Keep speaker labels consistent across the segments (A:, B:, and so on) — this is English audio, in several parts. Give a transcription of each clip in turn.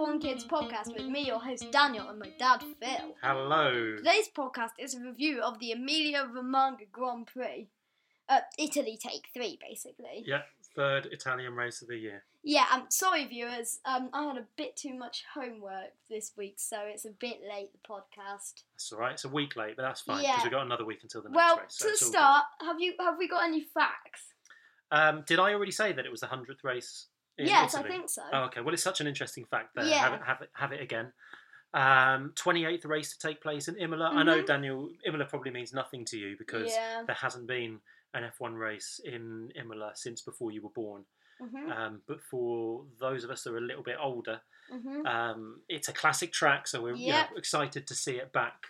A: podcast with me, your host Daniel, and my dad Phil.
B: Hello.
A: Today's podcast is a review of the Emilia Romagna Grand Prix. Uh, Italy take three, basically.
B: Yeah, third Italian race of the year.
A: Yeah, um, sorry, viewers. Um, I had a bit too much homework this week, so it's a bit late, the podcast.
B: That's all right. It's a week late, but that's fine
A: Yeah.
B: because we've got another week until the next
A: Well,
B: race. so
A: to
B: it's all
A: start, have you have we got any facts?
B: good. Um, did I already say that it was the hundredth race? In
A: yes,
B: Italy?
A: I think so.
B: Oh, okay. Well, it's such an interesting fact there.
A: Yeah.
B: Have it, have it, have it again. Um, 28th race to take place in Imola. I know,
A: Mhm.
B: Daniel, Imola probably means nothing to you because
A: yeah.
B: there hasn't been an F1 race in Imola since before you were born.
A: hmm
B: Um, but for those of us that are a little bit older,
A: hmm
B: um, it's a classic track, so we're you know,
A: Yeah.
B: excited to see it back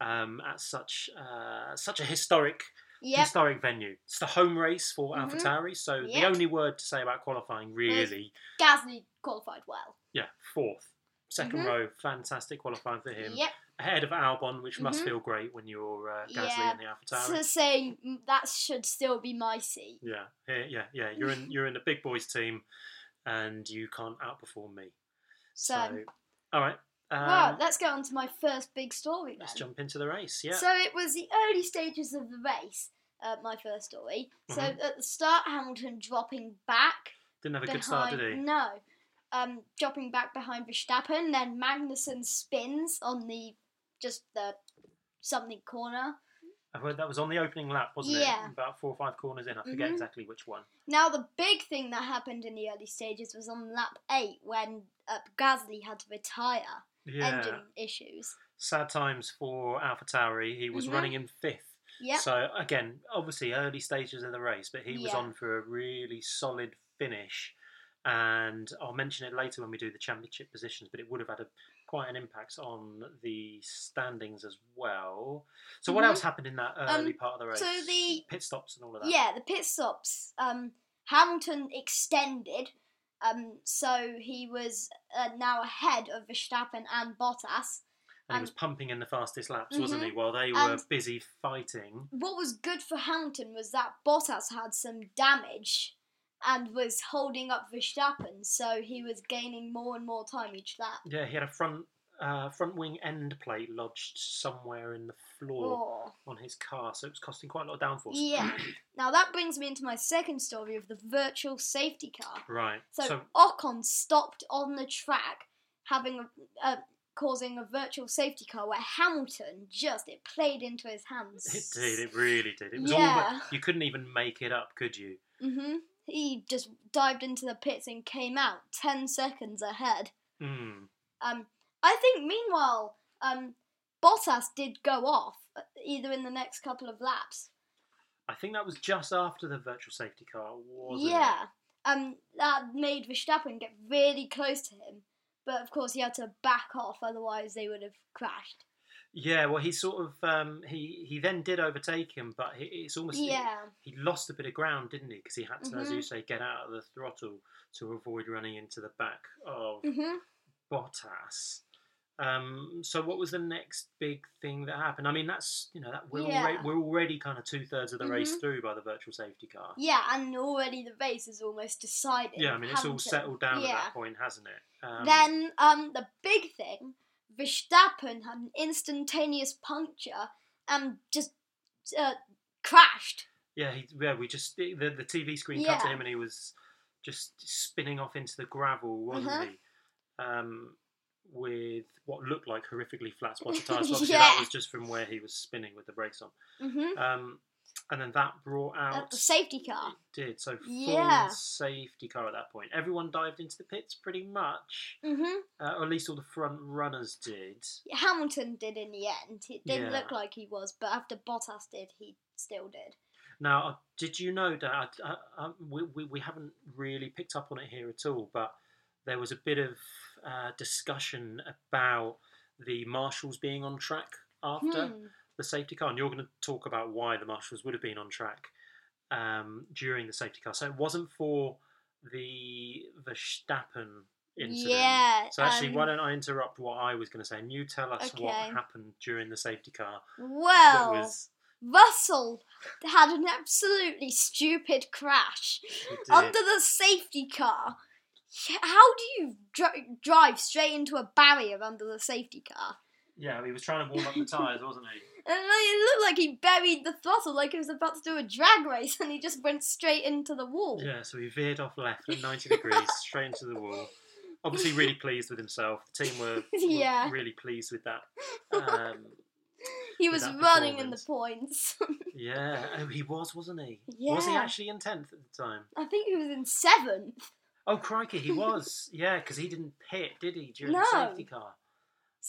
B: um, at such uh, such a historic
A: Yep.
B: historic venue. It's the home race for
A: Mhm.
B: AlphaTauri, so
A: Yeah.
B: the only word to say about qualifying really,
A: Gasly qualified well.
B: yeah, fourth, Second
A: Mhm.
B: row, fantastic qualifying for him.
A: Yep.
B: Ahead of Albon, which must
A: Mhm.
B: feel great when you're uh, Gasly
A: Yeah.
B: in the AlphaTauri.
A: So saying mm, that should still be my seat.
B: yeah, yeah, yeah, yeah. You're in you're in the big boys team, and you can't outperform me.
A: So,
B: all right. Um,
A: wow, let's get on to my first big story then.
B: let's jump into the race. Yeah.
A: So it was the early stages of the race. Uh, my first story. So
B: Mhm.
A: at the start, Hamilton dropping back
B: Didn't have a
A: behind.
B: good start, did he?
A: No, um, dropping back behind Verstappen. Then Magnussen spins on the just the something corner.
B: I heard that was on the opening lap, wasn't
A: Yeah.
B: it? About four or five corners in. I forget
A: Mhm.
B: exactly which one.
A: Now the big thing that happened in the early stages was on lap eight when uh, Gasly had to retire
B: Yeah.
A: engine issues.
B: Sad times for AlphaTauri. He was
A: Mhm.
B: running in fifth.
A: Yep.
B: So again, obviously early stages of the race, but he was
A: Yeah.
B: on for a really solid finish. And I'll mention it later when we do the championship positions, but it would have had a quite an impact on the standings as well. So what
A: Mhm.
B: else happened in that early part of the race?
A: Um, so the-
B: pit stops and all of that.
A: Yeah, the pit stops. Um, Hamilton extended, um, so he was uh, now ahead of Verstappen and Bottas.
B: and he was pumping in the fastest laps, wasn't
A: Mhm.
B: he? While they were
A: Um, And-
B: busy fighting.
A: What was good for Hamilton was that Bottas had some damage and was holding up Verstappen, so he was gaining more and more time each lap.
B: Yeah, he had a front uh, front wing end plate lodged somewhere in the floor
A: Oh.
B: on his car, so it was costing quite a lot of downforce.
A: Yeah. Now that brings me into my second story of the virtual safety car.
B: Right.
A: So,
B: So,
A: Ocon stopped on the track, having a, uh, causing a virtual safety car where Hamilton just it played into his hands.
B: it did. It really did. It was all.
A: Yeah.
B: You couldn't even make it up, could you?
A: Mhm. He just dived into the pits and came out ten seconds ahead.
B: Mm.
A: Um, I think meanwhile, um, Bottas did go off uh, either in the next couple of laps.
B: I think that was just after the virtual safety car, wasn't it?
A: yeah. Um, that made Verstappen get really close to him, but of course he had to back off, otherwise they would have crashed.
B: Yeah. Well, he sort of um, he he then did overtake him, but he, it's almost
A: Yeah.
B: he lost a bit of ground, didn't he? Because he had to, as
A: Mhm.
B: you say, get out of the throttle to avoid running into the back of
A: hmm
B: Bottas. Um, so what was the next big thing that happened? I mean, that's you know that we're
A: Yeah. Mm-hmm.
B: already, we're already kind of two thirds of the race through by the virtual safety car.
A: Yeah, and already the race is almost decided.
B: Yeah, I mean it's all
A: Hamilton.
B: settled down at
A: Yeah.
B: that point, hasn't it? Um,
A: then um, the big thing, Verstappen had an instantaneous puncture and just uh, crashed.
B: yeah, he, yeah, we just the, the TV screen cut to
A: Yeah.
B: him and he was just spinning off into the gravel, wasn't
A: Mhm.
B: he? Um, with what looked like horrifically flat spots of tires. So
A: Yeah.
B: Obviously, that was just from where he was spinning with the brakes on.
A: Mm-hmm.
B: Um, and then that brought out
A: At the safety car.
B: It did. So full
A: Yeah.
B: safety car at that point. Everyone dived into the pits pretty much,
A: hmm
B: uh, or at least all the front runners did.
A: Hamilton did in the end. It didn't
B: Yeah.
A: look like he was, but after Bottas did, he still did.
B: Now, uh, did you know that I, I, I, we, we we haven't really picked up on it here at all, but there was a bit of uh, discussion about the marshals being on track after
A: Hmm.
B: the safety car, and you're going to talk about why the marshals would have been on track um, during the safety car. So it wasn't for the Verstappen incident.
A: Yeah.
B: So actually,
A: um,
B: why don't I interrupt what I was going to say, and you tell us what
A: Okay.
B: happened during the safety car
A: well,
B: that was
A: Russell had an absolutely stupid crash
B: it did.
A: under the safety car. How do you dri- drive straight into a barrier under the safety car?
B: Yeah, he was trying to warm up the tyres, wasn't he?
A: And like, it looked like he buried the throttle, like he was about to do a drag race, and he just went straight into the wall.
B: Yeah, so he veered off left at 90 degrees, straight into the wall. Obviously, really pleased with himself. The team were, were
A: Yeah.
B: really pleased with that. Um,
A: he was
B: with that
A: running in the points.
B: yeah, oh, he was, wasn't he? Was he
A: Yeah.
B: actually in 10th at the time?
A: I think he was in seventh.
B: Oh, crikey, he was. yeah, because he didn't pit, did he, during the
A: No.
B: safety car?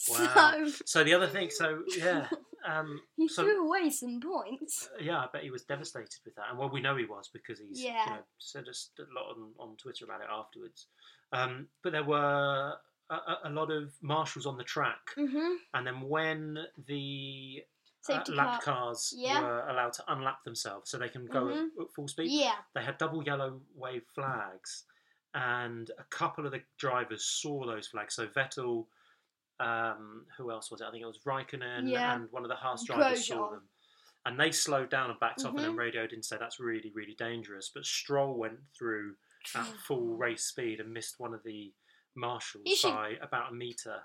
B: Wow.
A: So
B: So the other thing, so yeah, um,
A: he
B: So-
A: threw away some points.
B: yeah, I bet he was devastated with that, and well, we know he was because he's you
A: Yeah.
B: know, said us a lot on, on Twitter about it afterwards. Um, but there were a, a- a lot of marshals on the track,
A: Mm-hmm.
B: and then when the uh,
A: Safety
B: lap
A: car.
B: cars
A: Yeah. Mm-hmm.
B: were allowed to unlap themselves, so they can go at, at full speed,
A: Yeah.
B: they had double yellow wave flags, and a couple of the drivers saw those flags. So Vettel, um, who else was it? I think it was Raikkonen
A: Yeah.
B: and one of the Haas drivers saw
A: Grosjean. Mm-hmm.
B: them. And they slowed down and backed off, and then radioed in to say that's really, really dangerous. But Stroll went through at full race speed and missed one of the marshals
A: He should-
B: by about a meter.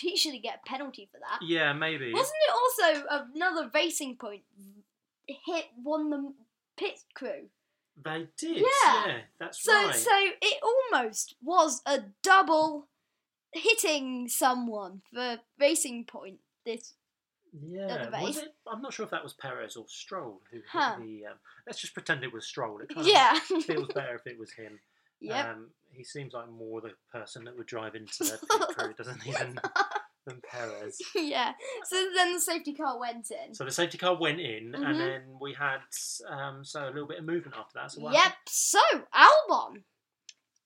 A: he should get a penalty for that.
B: Yeah, maybe.
A: Wasn't it also another racing point hit won the pit crew?
B: They did. Yeah,
A: Yeah.
B: that's
A: So
B: right.
A: so it almost was a double hitting someone for racing point. This
B: Yeah,
A: the
B: was
A: race.
B: it? I'm not sure if that was Perez or Stroll who hit
A: Huh.
B: the. Um, let's just pretend it was Stroll. It kind of
A: yeah
B: feels better if it was him.
A: yep
B: Um, he seems like more the person that would drive into the pit crew, doesn't he, than, than Perez.
A: yeah. So then the safety car went in.
B: So the safety car went in,
A: Mhm.
B: and then we had um, so a little bit of movement after that. So what
A: yep.
B: happened?
A: So Albon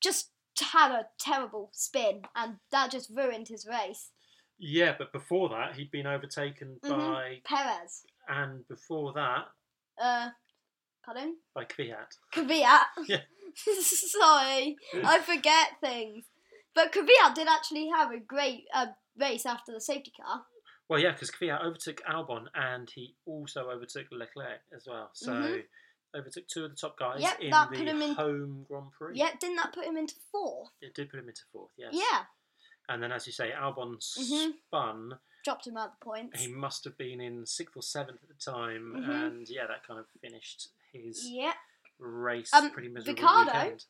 A: just had a terrible spin, and that just ruined his race.
B: Yeah, but before that, he'd been overtaken
A: Mhm.
B: by,
A: Perez.
B: and before that,
A: Uh, pardon.
B: by Kvyat.
A: Kvyat.
B: Yeah.
A: Sorry, I forget things. But Kvyat did actually have a great uh, race after the safety car.
B: Well, yeah, because Kvyat overtook Albon, and he also overtook Leclerc as well. So
A: Mhm.
B: overtook two of the top guys
A: Yep,
B: in
A: that
B: the
A: put him in-
B: home Grand Prix.
A: Yep, didn't that put him into fourth?
B: It did put him into fourth. Yes.
A: Yeah,
B: And then, as you say, Albon
A: Mhm.
B: spun.
A: dropped him out the points.
B: he must have been in sixth or seventh at the time,
A: Mhm.
B: and yeah, that kind of finished his
A: Yep,
B: race
A: Um,
B: pretty miserable
A: Ricardo?
B: weekend.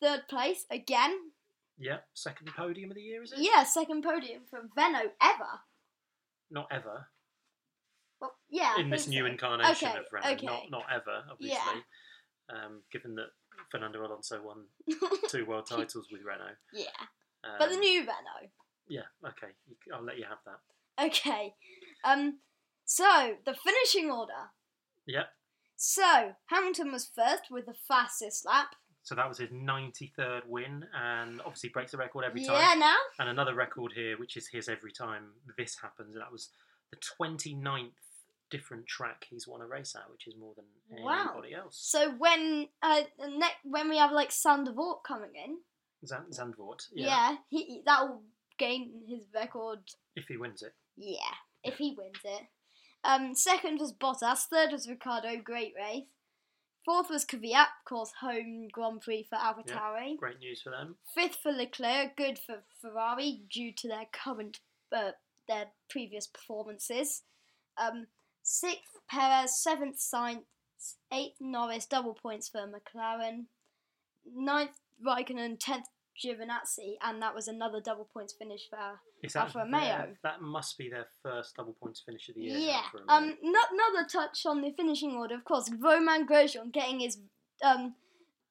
A: third place again.
B: Yeah, second podium of the year, is it?
A: Yeah, second podium for Veno ever.
B: Not ever
A: Well, yeah. I
B: in this
A: think
B: new
A: so.
B: incarnation
A: Okay,
B: of Renault.
A: okay.
B: Not not ever, obviously.
A: Yeah.
B: Um, given that Fernando Alonso won two world titles with Renault.
A: Yeah,
B: Um,
A: but the new Veno.
B: Yeah. Okay. you c- I'll let you have that.
A: Okay. Um. So the finishing order.
B: Yeah.
A: So Hamilton was first with the fastest lap.
B: So that was his 93rd win, and obviously breaks the record every time.
A: yeah. Now.
B: And another record here, which is his every time this happens, and that was the 29th different track he's won a race at, which is more than
A: Wow.
B: anybody else.
A: So when uh ne- when we have like Sandevort coming in,
B: Zand- Zandvoort, yeah,
A: yeah, he that will gain his record.
B: if he wins it.
A: Yeah, if he wins it. Um, second was Bottas. Third was Ricardo. Great race. Fourth was Kvyat, of course, home Grand Prix for AlphaTauri.
B: Great news for them.
A: Fifth for Leclerc. Good for Ferrari due to their current uh, their previous performances. Um, sixth Perez. Seventh Sainz. Eighth Norris. Double points for McLaren. Ninth Raikkonen. Tenth Giovinazzi, and that was another double points finish for
B: Is
A: Alfa Romeo.
B: their- that must be their first double points finish of the year.
A: Yeah.
B: Alfa Romeo.
A: Um. Not another touch on the finishing order, of course. Roman Grosjean getting his um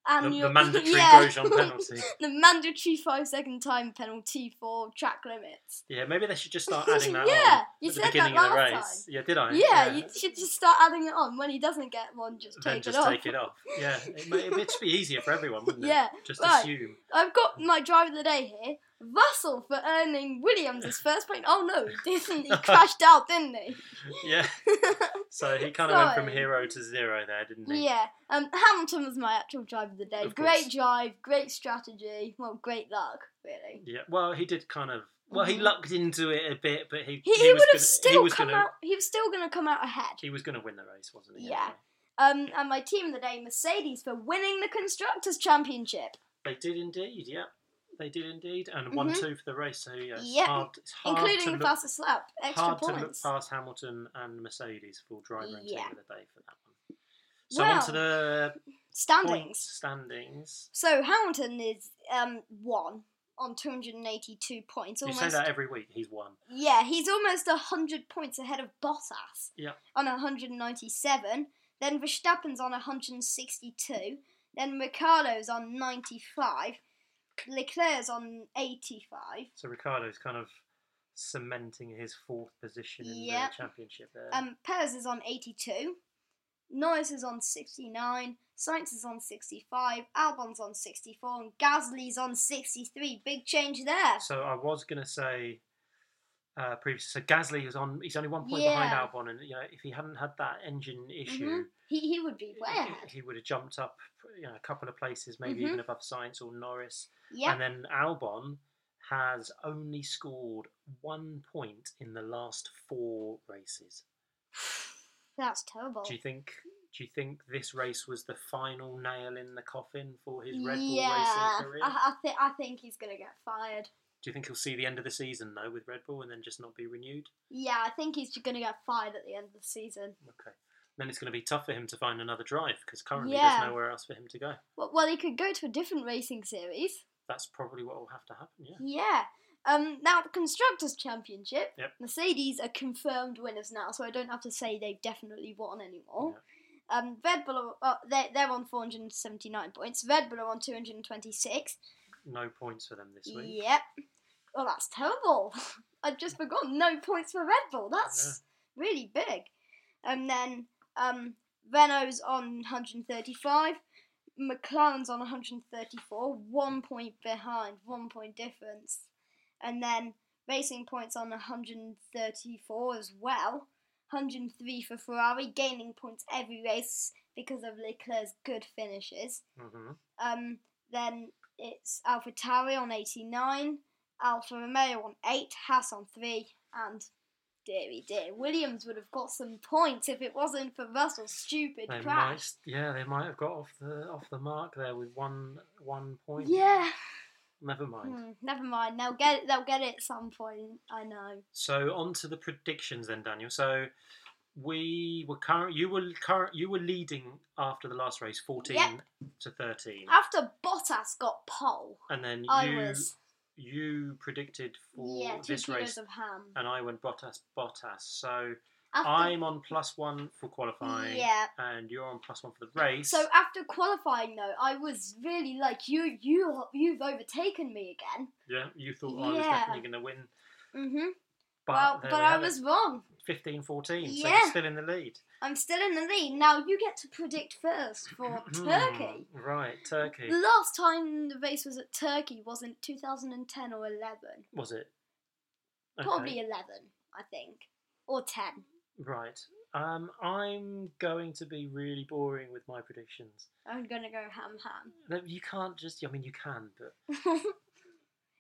B: the,
A: annual
B: the mandatory
A: yeah.
B: Grosjean penalty.
A: the mandatory five second time penalty for track limits.
B: Yeah, maybe they should just start adding that
A: Yeah,
B: on
A: you
B: at the
A: said that
B: beginning of the
A: last
B: race. Yeah, did I?
A: yeah, you should just start adding it on. When he doesn't get one, just
B: then
A: take
B: just
A: it off.
B: take it off. Yeah, it may, it'd just be easier for everyone, wouldn't it?
A: Yeah,
B: Just
A: right.
B: assume.
A: I've got my driver of the day here, Russell, for earning Williams his first point. Oh no, he didn't. He crashed out, didn't he?
B: Yeah. So he kind of went from
A: Sorry.
B: hero to zero there, didn't he?
A: Yeah. Um, Hamilton was my actual driver of the day.
B: Of
A: great
B: course.
A: drive, great strategy. Well, great luck, really.
B: Yeah, Well, he did kind of. Well, he
A: Mhm.
B: lucked into it a bit, but he
A: He, he, would
B: was gonna,
A: have
B: he
A: still
B: was
A: come
B: gonna,
A: out. He was still going to come out ahead.
B: He was going to win the race, wasn't he?
A: Yeah.
B: anyway?
A: Um, and my team of the day, Mercedes, for winning the constructors' championship.
B: They did indeed. Yeah. They did indeed, and one two for the race. So yeah, it's
A: Yeah,
B: hard, it's hard to
A: Mm-hmm. including
B: look,
A: the fastest lap, extra
B: hard to look
A: points.
B: past Hamilton and Mercedes for driver and team
A: Yeah.
B: of the day for that one. So on to
A: Well,
B: the point
A: Standings.
B: standings.
A: So Hamilton is um one on 282 points. Almost.
B: You say that every week. He's won.
A: Yeah, he's almost 100 points ahead of Bottas.
B: Yeah.
A: On 197. Then Verstappen's on 162. Then Ricardo's on 95. Leclerc's on 85.
B: So Ricardo's kind of cementing his fourth position in
A: Yep.
B: the championship there.
A: Um, Perez is on 82. Norris is on 69. Sainz is on 65. Albon's on 64. And Gasly's on 63. Big change there.
B: so I was gonna say uh, previously. So Gasly was on. He's only one point
A: Yeah.
B: behind Albon, and you know if he hadn't had that engine issue.
A: Mhm. He, he would be way
B: he-
A: ahead.
B: He would have jumped up, you know, a couple of places, maybe
A: Mhm.
B: even above Science or Norris.
A: Yeah.
B: And then Albon has only scored one point in the last four races.
A: That's terrible.
B: Do you think? Do you think this race was the final nail in the coffin for his Red Bull
A: yeah, Uh-huh.
B: racing career?
A: I, I, thi- I think he's going to get fired.
B: Do you think he'll see the end of the season though with Red Bull and then just not be renewed?
A: Yeah, I think he's going to get fired at the end of the season.
B: Okay. Then it's going to be tough for him to find another drive because currently
A: Yeah.
B: there's nowhere else for him to go.
A: Well, well, he could go to a different racing series.
B: That's probably what will have to happen. Yeah.
A: Yeah. Um, now, the Constructors' Championship,
B: Yep.
A: Mercedes are confirmed winners now, so I don't have to say they've definitely won anymore. Um, Red Bull, are, uh, they're, they're on 479 points. Red Bull are on 226.
B: No points for them this week.
A: Yep. Well, that's terrible. I've just forgotten. No points for Red Bull. That's really big. And then um, Renault's on 135. McLaren's on 134. One point behind, one point difference. And then Racing Point's on 134 as well. 103 for Ferrari, gaining points every race because of Leclerc's good finishes.
B: hmm
A: Um, then it's Alpha on 89, Alfa Romeo on 8, Haas on 3, and dearie dear, Williams would have got some points if it wasn't for Russell's stupid
B: They might,
A: crash.
B: yeah, they might have got off the off the mark there with one one point.
A: Yeah,
B: Never mind.
A: Hmm, never mind. They'll get it. They'll get it at some point. I know.
B: So on to the predictions then, Daniel. So we were current. You were current. You were leading after the last race, fourteen to thirteen,
A: After Bottas got pole,
B: and then you
A: Oh, I was
B: you predicted for
A: yeah two
B: this
A: kilos
B: race,
A: of ham.
B: and I went Bottas Bottas. So
A: After,
B: I'm on plus one for qualifying,
A: yeah.
B: and you're on plus one for the race.
A: So after qualifying though, I was really like you you you've overtaken me again.
B: yeah, you thought I was
A: Yeah.
B: definitely going to win,
A: Mhm.
B: but
A: well,
B: there
A: but
B: we
A: I
B: have it.
A: was wrong.
B: 15 14, so
A: Yeah.
B: you're still in the lead.
A: I'm still in the lead. Now you get to predict first for
B: Hmm.
A: Turkey.
B: Right, Turkey.
A: The last time the race was at Turkey was in 2010 or 11.
B: Was it? Okay,
A: Probably 11, I think. Or 10.
B: Right. Um, I'm going to be really boring with my predictions.
A: I'm going to go ham ham.
B: No, You can't just, I mean, you can, but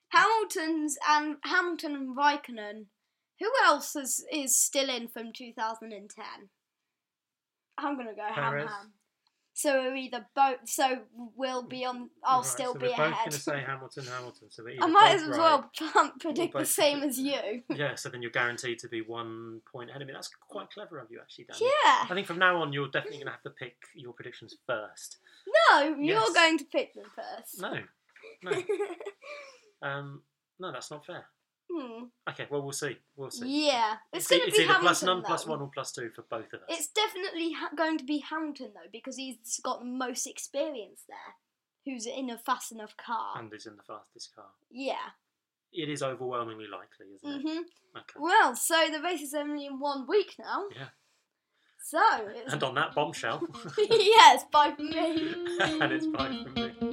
A: Hamilton's and Hamilton and Raikkonen. Who else is, is still in from 2010? I'm going to go ham
B: Perez.
A: ham. So we're either both. So we'll be on. I'll
B: Right,
A: still
B: so
A: be
B: we're both
A: ahead.
B: going to say Hamilton, Hamilton. So we're
A: I
B: either
A: might
B: both
A: as
B: right.
A: well pump- predict the
B: both
A: same
B: predict
A: as you.
B: yeah, so then you're guaranteed to be one point ahead of me. That's quite clever of you, actually, Dan.
A: Yeah.
B: I think from now on, you're definitely going to have to pick your predictions first.
A: No, you're
B: Yes.
A: going to pick them first.
B: No, no, um, no, that's not fair.
A: hmm.
B: Okay, well, we'll see. We'll see.
A: Yeah. It's
B: It's,
A: going to be
B: e- it's either
A: Hamilton.
B: plus none,
A: though.
B: plus one, or plus two for both of us.
A: It's definitely ha- going to be Hamilton though because he's got the most experience there. Who's in a fast enough car?
B: and is in the fastest car.
A: yeah.
B: It is overwhelmingly likely, isn't it?
A: Mhm.
B: Okay.
A: Well, so the race is only in one week now.
B: Yeah.
A: So. It's...
B: And on that bombshell,
A: yes, bye for me.
B: and it's fine for me.